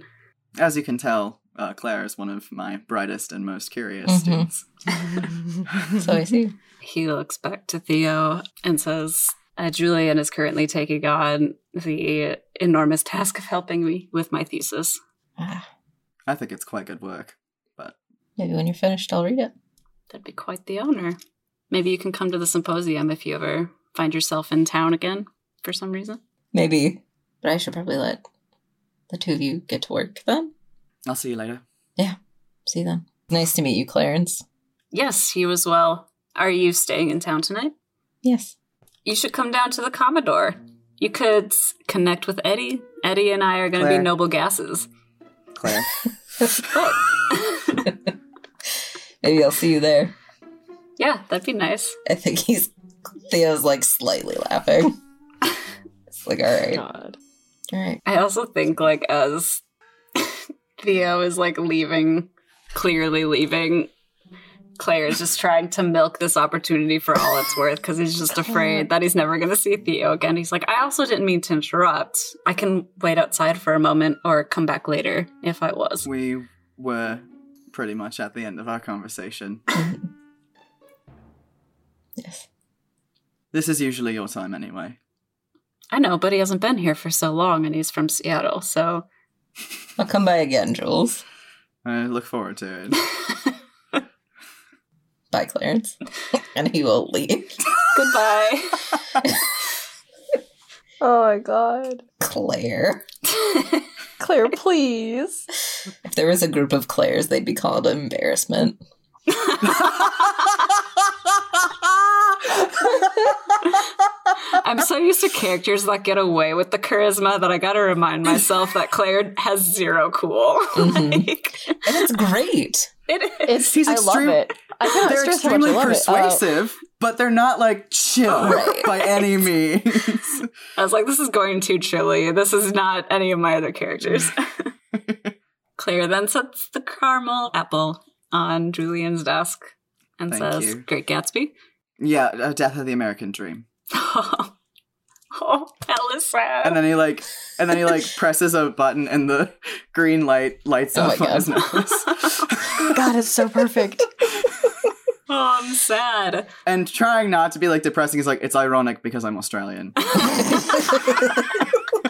Speaker 2: As you can tell, uh, Claire is one of my brightest and most curious
Speaker 3: Mhm.
Speaker 2: students.
Speaker 3: So I see.
Speaker 1: He looks back to Theo and says, uh, Julian is currently taking on the enormous task of helping me with my thesis.
Speaker 3: Ah,
Speaker 2: I think it's quite good work.
Speaker 3: maybe when you're finished, I'll read it.
Speaker 1: That'd be quite the honor. Maybe you can come to the symposium if you ever find yourself in town again for some reason.
Speaker 3: Maybe, but I should probably let the two of you get to work then.
Speaker 2: I'll see you later.
Speaker 3: See you then. Nice to meet you, Clarence.
Speaker 1: Yes, you as well. Are you staying in town tonight?
Speaker 3: Yes.
Speaker 1: You should come down to the Commodore. You could s- connect with Eddie. Eddie and I are going to be
Speaker 2: Claire.
Speaker 1: noble gases.
Speaker 2: Claire.
Speaker 3: Maybe I'll see you there.
Speaker 1: Yeah, that'd be nice.
Speaker 3: I think he's Theo's like slightly laughing. it's like all right,
Speaker 5: God.
Speaker 3: all right.
Speaker 1: I also think, like, as Theo is like leaving, clearly leaving, Claire is just trying to milk this opportunity for all it's worth because he's just afraid that he's never going to see Theo again. He's like, I also didn't mean to interrupt. I can wait outside for a moment or come back later if I was.
Speaker 2: We were pretty much at the end of our conversation.
Speaker 3: Yes.
Speaker 2: This is usually your time anyway.
Speaker 1: I know, but he hasn't been here for so long and he's from Seattle, so
Speaker 3: I'll come by again, Jules.
Speaker 2: I look forward to it.
Speaker 3: Bye, Clarence. and he will leave.
Speaker 1: Goodbye.
Speaker 4: Oh my god.
Speaker 3: Claire.
Speaker 4: Claire, please.
Speaker 3: If there was a group of Claires, they'd be called embarrassment.
Speaker 1: I'm so used to characters that get away with the charisma that I gotta remind myself that Claire has zero cool.
Speaker 2: Mm-hmm.
Speaker 3: Mhm.
Speaker 1: like,
Speaker 3: And it's great.
Speaker 1: it is.
Speaker 4: It's,
Speaker 2: He's
Speaker 4: I
Speaker 2: extreme-
Speaker 4: love it. I cannot
Speaker 2: they're
Speaker 4: stress how much I
Speaker 2: extremely
Speaker 4: love it. Oh,
Speaker 2: persuasive, but they're not like chill
Speaker 3: Oh. Right.
Speaker 2: by any means.
Speaker 1: I was like, this is going too chilly. This is not any of my other characters. Claire then sets the caramel apple on Julian's desk and
Speaker 2: Thank
Speaker 1: says,
Speaker 2: you.
Speaker 1: Great Gatsby.
Speaker 2: yeah, uh, Death of the American Dream.
Speaker 1: oh, that was sad.
Speaker 2: And then he like, and then he like presses a button, and the green light lights
Speaker 3: Oh
Speaker 2: up
Speaker 3: my
Speaker 2: on his
Speaker 3: God.
Speaker 2: nose.
Speaker 4: God, it's so perfect.
Speaker 1: oh, I'm sad.
Speaker 2: and trying not to be like depressing is like it's ironic because I'm Australian.
Speaker 4: what a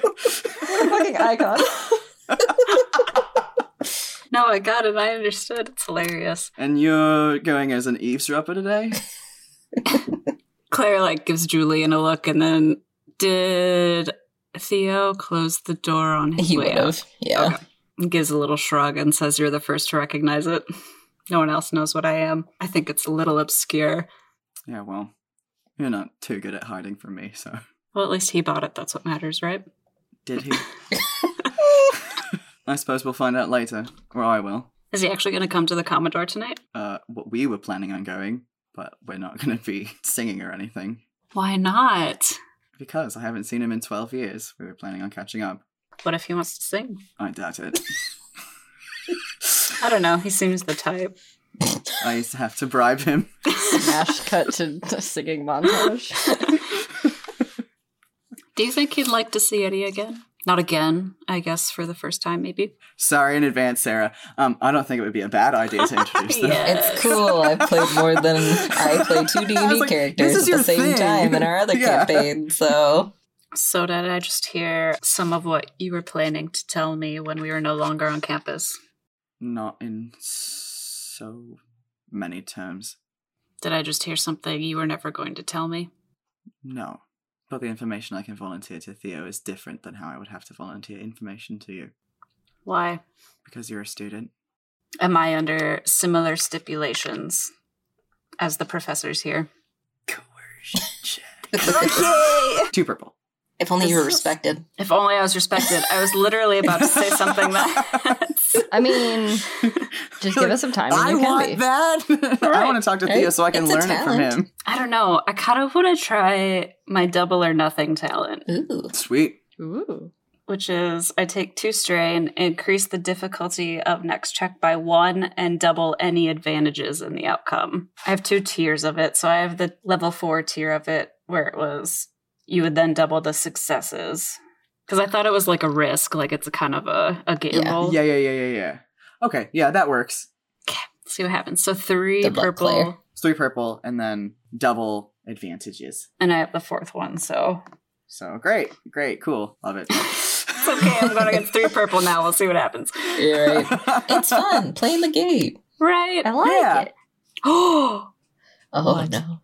Speaker 4: fucking icon.
Speaker 1: No, I got it. I understood. It's hilarious.
Speaker 2: and you're going as an eavesdropper today.
Speaker 1: Claire like gives Julian a look and then did Theo close the door on his
Speaker 3: He
Speaker 1: way
Speaker 3: would
Speaker 1: out?
Speaker 3: have. Yeah.
Speaker 1: Okay. And Gives a little shrug and says, "You're the first to recognize it. No one else knows what I am. I think it's a little obscure.
Speaker 2: yeah, well, you're not too good at hiding from me, so
Speaker 1: Well, at least he bought it. That's what matters, right?
Speaker 2: did he? I suppose we'll find out later, or I will.
Speaker 1: Is he actually going to come to the Commodore tonight?
Speaker 2: Uh, what we were planning on going, but we're not going to be singing or anything
Speaker 1: Why not?
Speaker 2: because I haven't seen him in twelve years. We were planning on catching up.
Speaker 1: What if he wants to sing?
Speaker 2: I doubt it.
Speaker 1: I don't know. He seems the type.
Speaker 2: I used to have to bribe him.
Speaker 5: Smash cut to to singing montage.
Speaker 1: Do you think he'd like to see Eddie again? Not again, I guess, for the first time, maybe.
Speaker 2: Sorry in advance, Sarah. Um, I don't think it would be a bad idea to introduce them.
Speaker 3: It's cool. I played more than I play two D
Speaker 2: I
Speaker 3: and
Speaker 2: was
Speaker 3: D
Speaker 2: like,
Speaker 3: characters
Speaker 2: this is
Speaker 3: at the
Speaker 2: your
Speaker 3: same
Speaker 2: thing.
Speaker 3: time in our other
Speaker 2: Yeah.
Speaker 3: campaign. So
Speaker 1: So did I just hear some of what you were planning to tell me when we were no longer on campus?
Speaker 2: Not in so many terms.
Speaker 1: Did I just hear something you were never going to tell me?
Speaker 2: No. But the information I can volunteer to Theo is different than how I would have to volunteer information to you
Speaker 1: Why?
Speaker 2: because you're a student.
Speaker 1: Am I under similar stipulations as the professors here?
Speaker 2: Coercion check.
Speaker 6: Okay.
Speaker 2: Two purple.
Speaker 3: If only you were
Speaker 6: This is-
Speaker 3: respected.
Speaker 1: If only I was respected. I was literally about to say something that.
Speaker 5: I mean, just give us some time. And
Speaker 2: I
Speaker 5: you can
Speaker 2: want
Speaker 5: be.
Speaker 2: that. I
Speaker 5: Right.
Speaker 2: want to talk to Theo so I can
Speaker 3: It's a
Speaker 2: learn it from
Speaker 3: talent.
Speaker 2: him.
Speaker 1: I don't know. I kind of want to try my double or nothing talent,
Speaker 3: Ooh.
Speaker 2: Sweet.
Speaker 5: Ooh.
Speaker 1: which is I take two strain, increase the difficulty of next check by one, and double any advantages in the outcome. I have two tiers of it. So I have the level four tier of it where it was you would then double the successes. Because I thought it was like a risk, like it's a kind of a, a gamble.
Speaker 2: Yeah, yeah, yeah, yeah, yeah. Okay, yeah, that works.
Speaker 1: See what happens. So three
Speaker 3: Good luck,
Speaker 1: purple,
Speaker 3: Claire.
Speaker 2: It's three purple and then double advantages.
Speaker 1: and I have the fourth one. So
Speaker 2: So great, great, cool. Love it.
Speaker 1: it's okay. I'm going against three purple now. We'll see what happens.
Speaker 3: Right. It's fun playing the game.
Speaker 1: Right.
Speaker 5: I like
Speaker 2: Yeah.
Speaker 5: it.
Speaker 1: Oh,
Speaker 3: Oh
Speaker 1: What?
Speaker 3: no.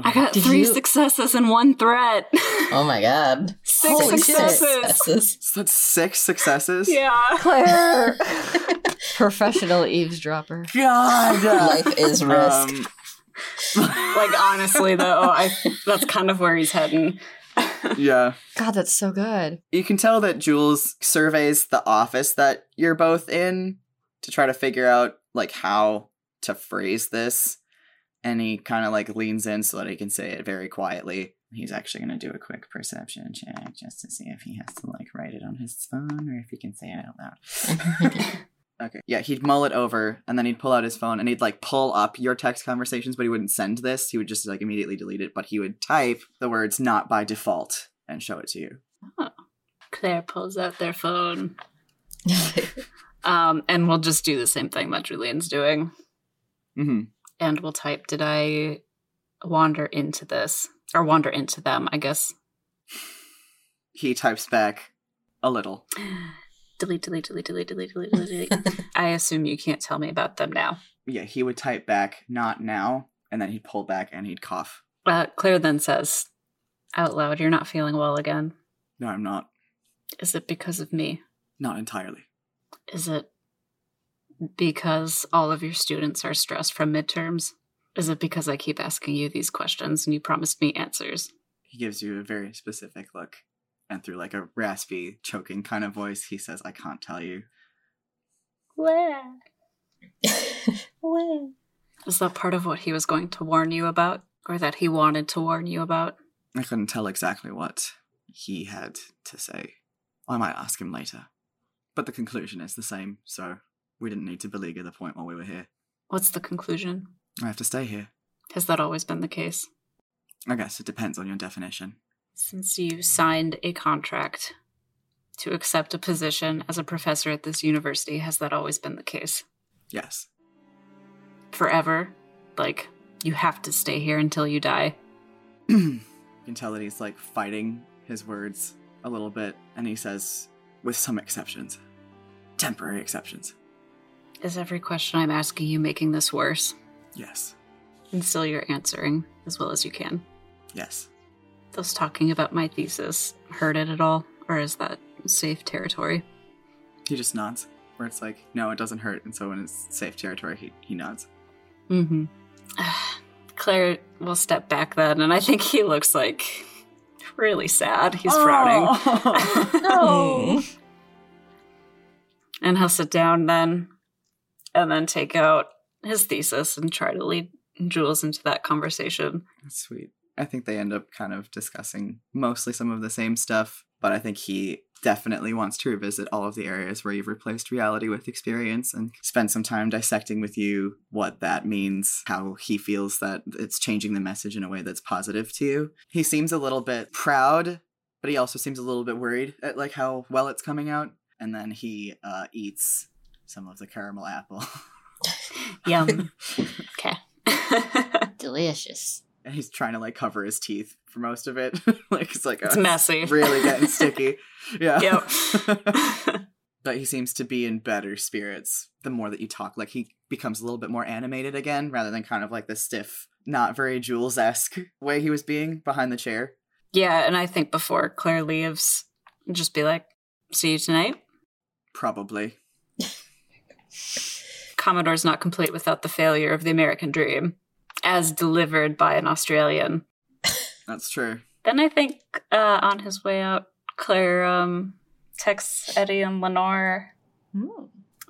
Speaker 1: I got
Speaker 5: Did
Speaker 1: three
Speaker 5: you-
Speaker 1: successes and one threat.
Speaker 3: Oh my god.
Speaker 1: Six
Speaker 3: Holy shit.
Speaker 1: successes.
Speaker 3: Successes.
Speaker 2: So that's six successes.
Speaker 1: Yeah.
Speaker 4: Claire.
Speaker 5: Professional eavesdropper.
Speaker 2: God.
Speaker 3: Life is risk.
Speaker 2: Um,
Speaker 1: Like honestly, though, oh, I that's kind of where he's heading.
Speaker 2: yeah.
Speaker 5: God, that's so good.
Speaker 2: You can tell that Jules surveys the office that you're both in to try to figure out like how to phrase this. And he kind of like leans in so that he can say it very quietly. He's actually going to do a quick perception check just to see if he has to like write it on his phone or if he can say it out loud. okay. Yeah, he'd mull it over and then he'd pull out his phone and he'd like pull up your text conversations, but he wouldn't send this. He would just like immediately delete it, but he would type the words not by default and show it to you.
Speaker 1: Claire pulls out their phone, um, and we'll just do the same thing that Julian's doing,
Speaker 2: hmm.
Speaker 1: and we'll type, "Did I wander into this or wander into them?" I guess.
Speaker 2: he types back a little.
Speaker 1: Delete, delete, delete, delete, delete, delete, delete. delete. I assume you can't tell me about them now.
Speaker 2: Yeah, he would type back, not now, and then he'd pull back and he'd cough.
Speaker 1: Uh, Claire then says out loud, You're not feeling well again.
Speaker 2: No, I'm not.
Speaker 1: Is it because of me?
Speaker 2: Not entirely.
Speaker 1: Is it because all of your students are stressed from midterms? Is it because I keep asking you these questions and you promised me answers?
Speaker 2: He gives you a very specific look, and through like a raspy, choking kind of voice, he says, I can't tell you.
Speaker 1: Is that part of what he was going to warn you about or that he wanted to warn you about?
Speaker 2: I couldn't tell exactly what he had to say. I might ask him later. But the conclusion is the same, so we didn't need to beleaguer the point while we were here.
Speaker 1: What's the conclusion?
Speaker 2: I have to stay here.
Speaker 1: Has that always been the case?
Speaker 2: I guess it depends on your definition.
Speaker 1: Since you signed a contract to accept a position as a professor at this university, has that always been the case?
Speaker 2: Yes.
Speaker 1: forever. Like, you have to stay here until you die.
Speaker 2: you can tell that he's like fighting his words a little bit, and he says, with some exceptions, temporary exceptions.
Speaker 1: Is every question I'm asking you making this worse?
Speaker 2: Yes,
Speaker 1: And still you're answering as well as you can.
Speaker 2: yes.
Speaker 1: Does talking about my thesis hurt it at all? Or is that safe territory?
Speaker 2: He just nods, where it's like, no, it doesn't hurt. And so when it's safe territory, he, he nods.
Speaker 1: Mm hmm. Claire will step back then, and I think he looks like really sad. He's
Speaker 2: Oh.
Speaker 1: frowning.
Speaker 4: No.
Speaker 1: And he'll sit down then, and then take out his thesis and try to lead Jules into that conversation.
Speaker 2: That's sweet. I think they end up kind of discussing mostly some of the same stuff, but I think he definitely wants to revisit all of the areas where you've replaced reality with experience and spend some time dissecting with you what that means, how he feels that it's changing the message in a way that's positive to you. He seems a little bit proud, but he also seems a little bit worried at like how well it's coming out. And then he uh, eats some of the caramel apple.
Speaker 1: Yum. okay.
Speaker 5: Delicious.
Speaker 2: and he's trying to like cover his teeth for most of it. like it's like
Speaker 1: It's
Speaker 2: oh,
Speaker 1: messy.
Speaker 2: really getting sticky. Yeah.
Speaker 1: Yep.
Speaker 2: but he seems to be in better spirits the more that you talk. Like he becomes a little bit more animated again rather than kind of like the stiff, not very Jules esque way he was being behind the chair.
Speaker 1: Yeah, and I think before Claire leaves, just be like, see you tonight.
Speaker 2: Probably.
Speaker 1: Commodore's not complete without the failure of the American dream, as delivered by an Australian.
Speaker 2: That's true.
Speaker 1: Then I think uh, on his way out, Claire um, texts Eddie and Lenore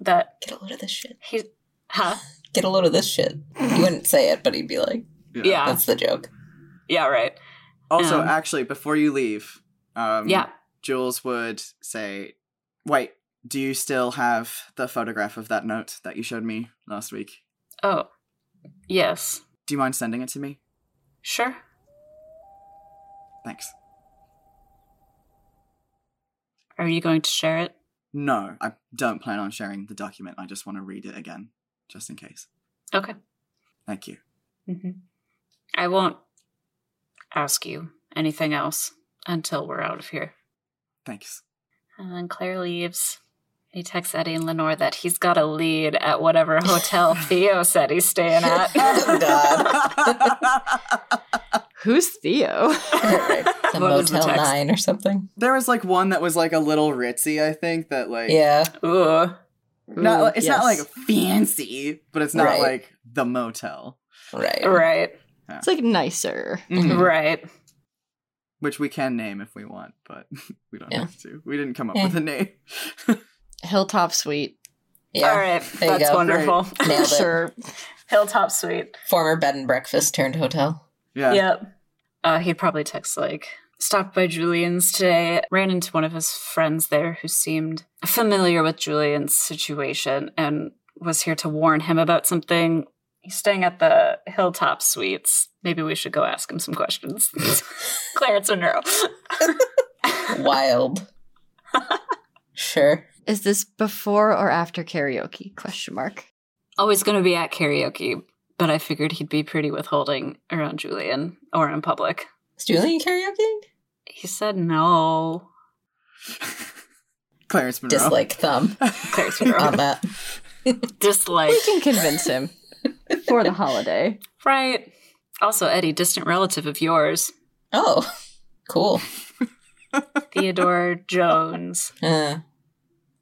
Speaker 1: that
Speaker 3: Hmm. Get a load of this shit.
Speaker 1: he, huh?
Speaker 3: Get a load of this shit. He wouldn't say it, but he'd be like,
Speaker 2: Ah.
Speaker 1: Yeah.
Speaker 3: that's the joke.
Speaker 1: Yeah, right.
Speaker 2: Also,
Speaker 1: Um,
Speaker 2: actually, before you leave, um,
Speaker 1: Yeah.
Speaker 2: Jules would say, "Wait, do you still have the photograph of that note that you showed me last week?
Speaker 1: Oh, yes.
Speaker 2: Do you mind sending it to me?
Speaker 1: Sure.
Speaker 2: Thanks."
Speaker 1: Are you going to share it?
Speaker 2: No, I don't plan on sharing the document. I just want to read it again, just in case.
Speaker 1: Okay.
Speaker 2: Thank you.
Speaker 1: hmm I won't ask you anything else until we're out of here.
Speaker 2: Thanks.
Speaker 1: And then Claire leaves. He texts Eddie and Lenore that he's got a lead at whatever hotel Theo said he's staying at.
Speaker 6: Oh, God.
Speaker 5: Who's Theo?
Speaker 3: The
Speaker 1: What was the
Speaker 3: Motel
Speaker 1: text?
Speaker 3: 9 or something.
Speaker 2: There was like one that was like a little ritzy, I think, that like
Speaker 3: Yeah.
Speaker 1: Ooh.
Speaker 2: not
Speaker 5: Ooh,
Speaker 2: like it's not like
Speaker 5: Mm, yes.
Speaker 2: fancy, but it's not
Speaker 3: Right.
Speaker 2: like the motel.
Speaker 3: Right.
Speaker 1: Right.
Speaker 5: It's like nicer.
Speaker 1: Right.
Speaker 2: Which we can name if we want, but we don't
Speaker 3: Yeah.
Speaker 2: have to. We didn't come up
Speaker 3: Yeah.
Speaker 2: with a name.
Speaker 5: Hilltop Suite.
Speaker 3: Yeah.
Speaker 1: All right.
Speaker 3: There you
Speaker 1: That's
Speaker 3: go.
Speaker 1: wonderful.
Speaker 3: Nailed it.
Speaker 5: Sure.
Speaker 1: Hilltop suite.
Speaker 3: Former bed and breakfast turned hotel.
Speaker 2: yeah.
Speaker 1: Yep. Uh, he'd probably text like, stopped by Julian's today, ran into one of his friends there who seemed familiar with Julian's situation and was here to warn him about something. He's staying at the Hilltop Suites. Maybe we should go ask him some questions. Clarence Monroe.
Speaker 3: Wild. sure.
Speaker 5: Is this before or after karaoke? Question mark.
Speaker 1: Always going to be at karaoke, but I figured he'd be pretty withholding around Julian or in public.
Speaker 3: Is Julian karaoke?
Speaker 1: He said no.
Speaker 2: Clarence Monroe.
Speaker 3: Dislike thumb
Speaker 1: Clarence Monroe.
Speaker 3: on that.
Speaker 1: Dislike.
Speaker 5: We can convince him for the holiday.
Speaker 1: Right. Also, Eddie, distant relative of yours,
Speaker 3: Oh, cool.
Speaker 1: Theodore Jones.
Speaker 3: Uh,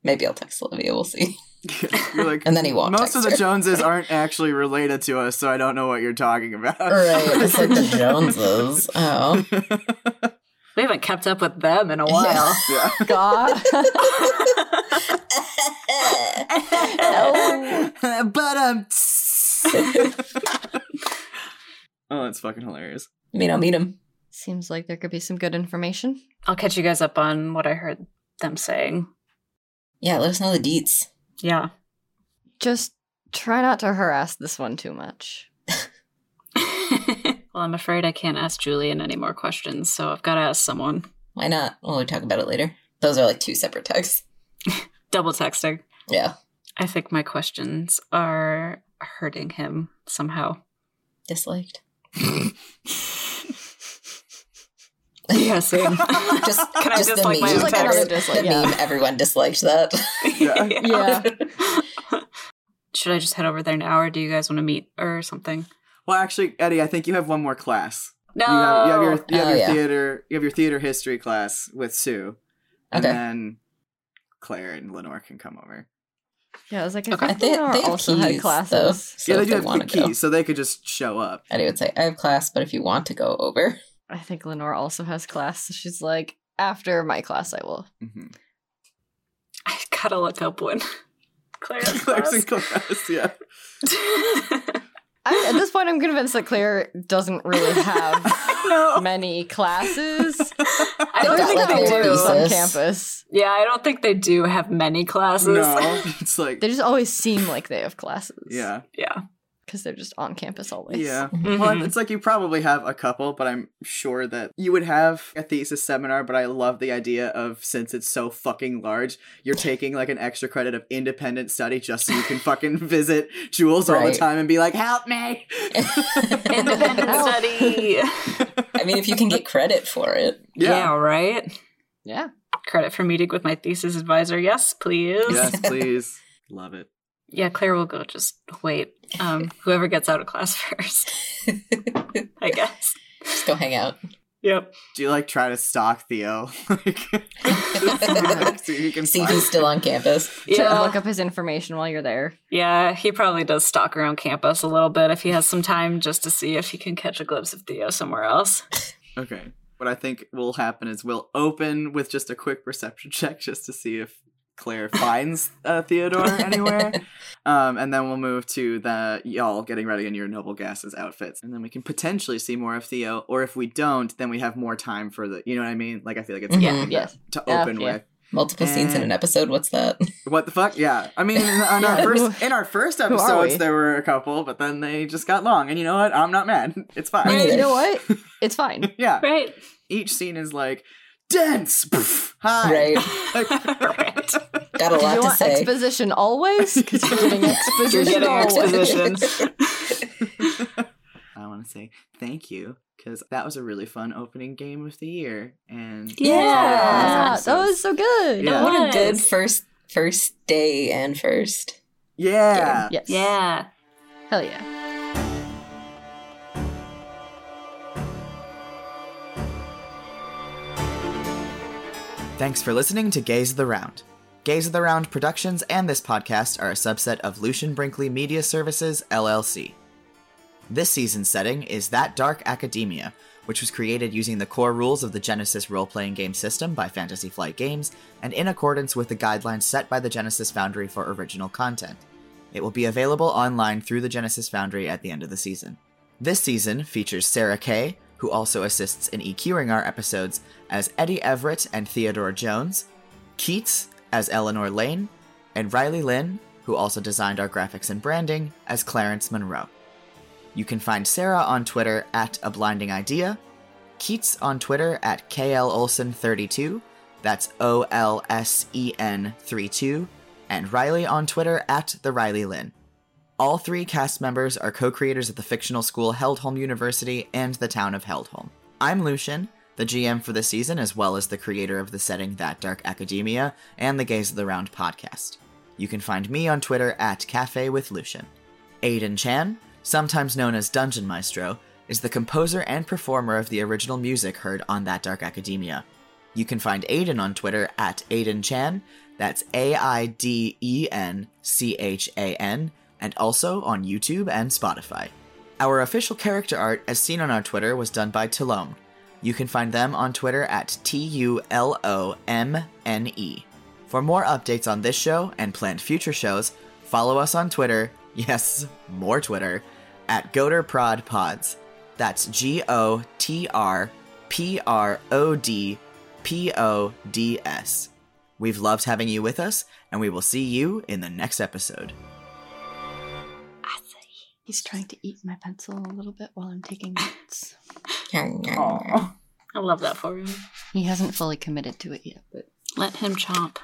Speaker 3: maybe I'll text Olivia. We'll see.
Speaker 2: You're like,
Speaker 3: And then he won't
Speaker 2: Most
Speaker 3: text
Speaker 2: of the
Speaker 3: her."
Speaker 2: Joneses aren't actually related to us, so I don't know what you're talking about.
Speaker 3: Right. It's like the Joneses. Oh.
Speaker 1: We haven't kept up with them in a while.
Speaker 2: Yeah.
Speaker 5: God.
Speaker 2: but um. oh, that's fucking hilarious.
Speaker 3: I mean, I'll meet him.
Speaker 5: Seems like there could be some good information.
Speaker 1: I'll catch you guys up on what I heard them saying.
Speaker 3: Yeah, let us know the deets.
Speaker 1: Yeah.
Speaker 5: Just try not to harass this one too much.
Speaker 1: well, I'm afraid I can't ask Julian any more questions, so I've got to ask someone.
Speaker 3: Why not? Well, we talk about it later. Those are like two separate texts.
Speaker 1: Double texting.
Speaker 3: Yeah.
Speaker 1: I think my questions are hurting him somehow.
Speaker 3: Disliked.
Speaker 1: Yeah, same.
Speaker 3: Just,
Speaker 1: Can I
Speaker 3: just the
Speaker 1: dislike
Speaker 3: meme.
Speaker 1: my own
Speaker 5: Just like
Speaker 1: text?
Speaker 5: another
Speaker 3: every-
Speaker 5: dislike,
Speaker 3: the
Speaker 5: yeah.
Speaker 3: meme. Everyone disliked that.
Speaker 2: Yeah.
Speaker 5: Yeah.
Speaker 1: Should I just head over there now, or do you guys want to meet or something?
Speaker 2: Well, actually, Eddie, I think you have one more class.
Speaker 1: No.
Speaker 2: You have, you have your, you have
Speaker 3: Oh,
Speaker 2: your
Speaker 3: yeah.
Speaker 2: theater you have your theater history class with Sue, and
Speaker 3: Okay.
Speaker 2: then Claire and Lenore can come over.
Speaker 5: Yeah, I was like, I
Speaker 1: Okay.
Speaker 5: think
Speaker 3: They,
Speaker 5: they,
Speaker 3: they have
Speaker 5: also
Speaker 3: keys,
Speaker 5: had
Speaker 3: though.
Speaker 5: classes.
Speaker 3: So
Speaker 2: yeah, they
Speaker 3: if
Speaker 2: do have
Speaker 3: wanna
Speaker 2: the keys,
Speaker 3: go.
Speaker 2: so they could just show up.
Speaker 3: Eddie would say, I have class, but if you want to go over,
Speaker 5: I think Lenore also has class. So she's like, after my class, I will.
Speaker 2: Mhm.
Speaker 1: I gotta look up one. Claire's
Speaker 2: Claire's in
Speaker 1: class.
Speaker 2: class. Yeah.
Speaker 5: I, at this point, I'm convinced that Claire doesn't really have
Speaker 2: no.
Speaker 5: many classes.
Speaker 1: I
Speaker 3: They've
Speaker 1: don't
Speaker 3: got,
Speaker 1: think
Speaker 3: like,
Speaker 1: they
Speaker 3: their
Speaker 1: do.
Speaker 3: thesis.
Speaker 5: on campus.
Speaker 1: Yeah, I don't think they do have many classes.
Speaker 2: No. It's like
Speaker 5: They just always seem like they have classes.
Speaker 2: yeah.
Speaker 1: yeah.
Speaker 5: Because they're just on campus always.
Speaker 2: Yeah.
Speaker 3: Mhm.
Speaker 2: Well, it's like you probably have a couple, but I'm sure that you would have a thesis seminar. But I love the idea of since it's so fucking large, you're taking like an extra credit of independent study just so you can fucking visit Jules all
Speaker 3: Right.
Speaker 2: the time and be like, help me.
Speaker 1: Independent
Speaker 5: Ow.
Speaker 1: study. yeah.
Speaker 3: I mean, if you can get credit for it.
Speaker 2: Yeah.
Speaker 1: right?
Speaker 5: Yeah.
Speaker 1: Credit for meeting with my thesis advisor. Yes, please.
Speaker 2: yes, please. Love it.
Speaker 1: Yeah, Claire will go just wait. Um, whoever gets out of class first, I guess.
Speaker 3: Just go hang out.
Speaker 1: Yep.
Speaker 2: Do you like try to stalk Theo?
Speaker 3: See if he's still on campus.
Speaker 5: to
Speaker 1: Yeah.
Speaker 5: look up his information while you're there.
Speaker 1: Yeah, he probably does stalk around campus a little bit if he has some time just to see if he can catch a glimpse of Theo somewhere else.
Speaker 2: okay. What I think will happen is we'll open with just a quick perception check just to see if Claire finds uh, Theodore anywhere. Um, and then we'll move to the y'all getting ready in your noble gases outfits. And then we can potentially see more of Theo. Or if we don't, then we have more time for the, you know what I mean? Like, I feel like it's
Speaker 3: Yeah,
Speaker 2: important to-
Speaker 5: Mm-hmm. yes.
Speaker 2: to
Speaker 5: Yeah,
Speaker 2: open
Speaker 5: yeah.
Speaker 2: with.
Speaker 3: Multiple scenes in an
Speaker 2: And-
Speaker 3: episode. What's that?
Speaker 2: What the fuck? Yeah. I mean, in on our
Speaker 5: Yeah.
Speaker 2: first in our first
Speaker 5: are
Speaker 2: episodes
Speaker 5: we?
Speaker 2: there were a couple, but then they just got long. And you know what? I'm not mad. It's fine.
Speaker 3: Me
Speaker 5: You
Speaker 3: neither.
Speaker 5: know what? It's fine.
Speaker 2: Yeah.
Speaker 1: Right.
Speaker 2: Each scene is like dense. Poof, hi.
Speaker 3: Right.
Speaker 2: Like-
Speaker 1: Right.
Speaker 3: Got a
Speaker 5: Do
Speaker 3: lot
Speaker 5: you
Speaker 3: to
Speaker 5: want
Speaker 3: say.
Speaker 5: exposition always? 'Cause you're getting
Speaker 1: You're
Speaker 5: exposition
Speaker 1: getting
Speaker 5: always.
Speaker 1: exposition.
Speaker 2: I want to say thank you because that was a really fun opening game of the year. And
Speaker 5: Yeah,
Speaker 1: Yeah.
Speaker 5: that was so good.
Speaker 2: Yeah.
Speaker 3: what a good first first day and first.
Speaker 2: yeah.
Speaker 5: Yes.
Speaker 1: Yeah.
Speaker 5: Hell yeah.
Speaker 2: Thanks for listening to Gaze of the Round. Gaze of the Round Productions and this podcast are a subset of Lucian Brinkley Media Services, LLC. This season's setting is That Dark Academia, which was created using the core rules of the Genesis role playing game system by Fantasy Flight Games and in accordance with the guidelines set by the Genesis Foundry for original content. It will be available online through the Genesis Foundry at the end of the season. This season features Sarah Kay, who also assists in EQing our episodes, as Eddie Everett and Theodore Jones, Keats as Eleanor Lane, and Riley Lynn, who also designed our graphics and branding, as Clarence Monroe. You can find Sarah on Twitter at A Blinding Idea, Keats on Twitter at KLOlsen32, that's O L S E N 32, and Riley on Twitter at The Riley Lynn. All three cast members are co creators of the fictional school Heldholm University and the town of Heldholm. I'm Lucian, the GM for the season, as well as the creator of the setting That Dark Academia and the Gaze of the Round podcast. You can find me on Twitter at Cafe with Lucian. Aidan Chan, sometimes known as Dungeon Maestro, is the composer and performer of the original music heard on That Dark Academia. You can find Aiden on Twitter at Aiden Chan, that's A I D E N C H A N, and also on YouTube and Spotify. Our official character art, as seen on our Twitter, was done by Talone. You can find them on Twitter at T U L O M N E. For more updates on this show and planned future shows, follow us on Twitter, yes, more Twitter, at GoterProdPods. That's G O T R P R O D P O D S. We've loved having you with us, and we will see you in the next episode.
Speaker 7: He's trying to eat my pencil a little bit while I'm taking notes.
Speaker 1: I love that for him.
Speaker 5: He hasn't fully committed to it yet, but
Speaker 1: Let him chomp.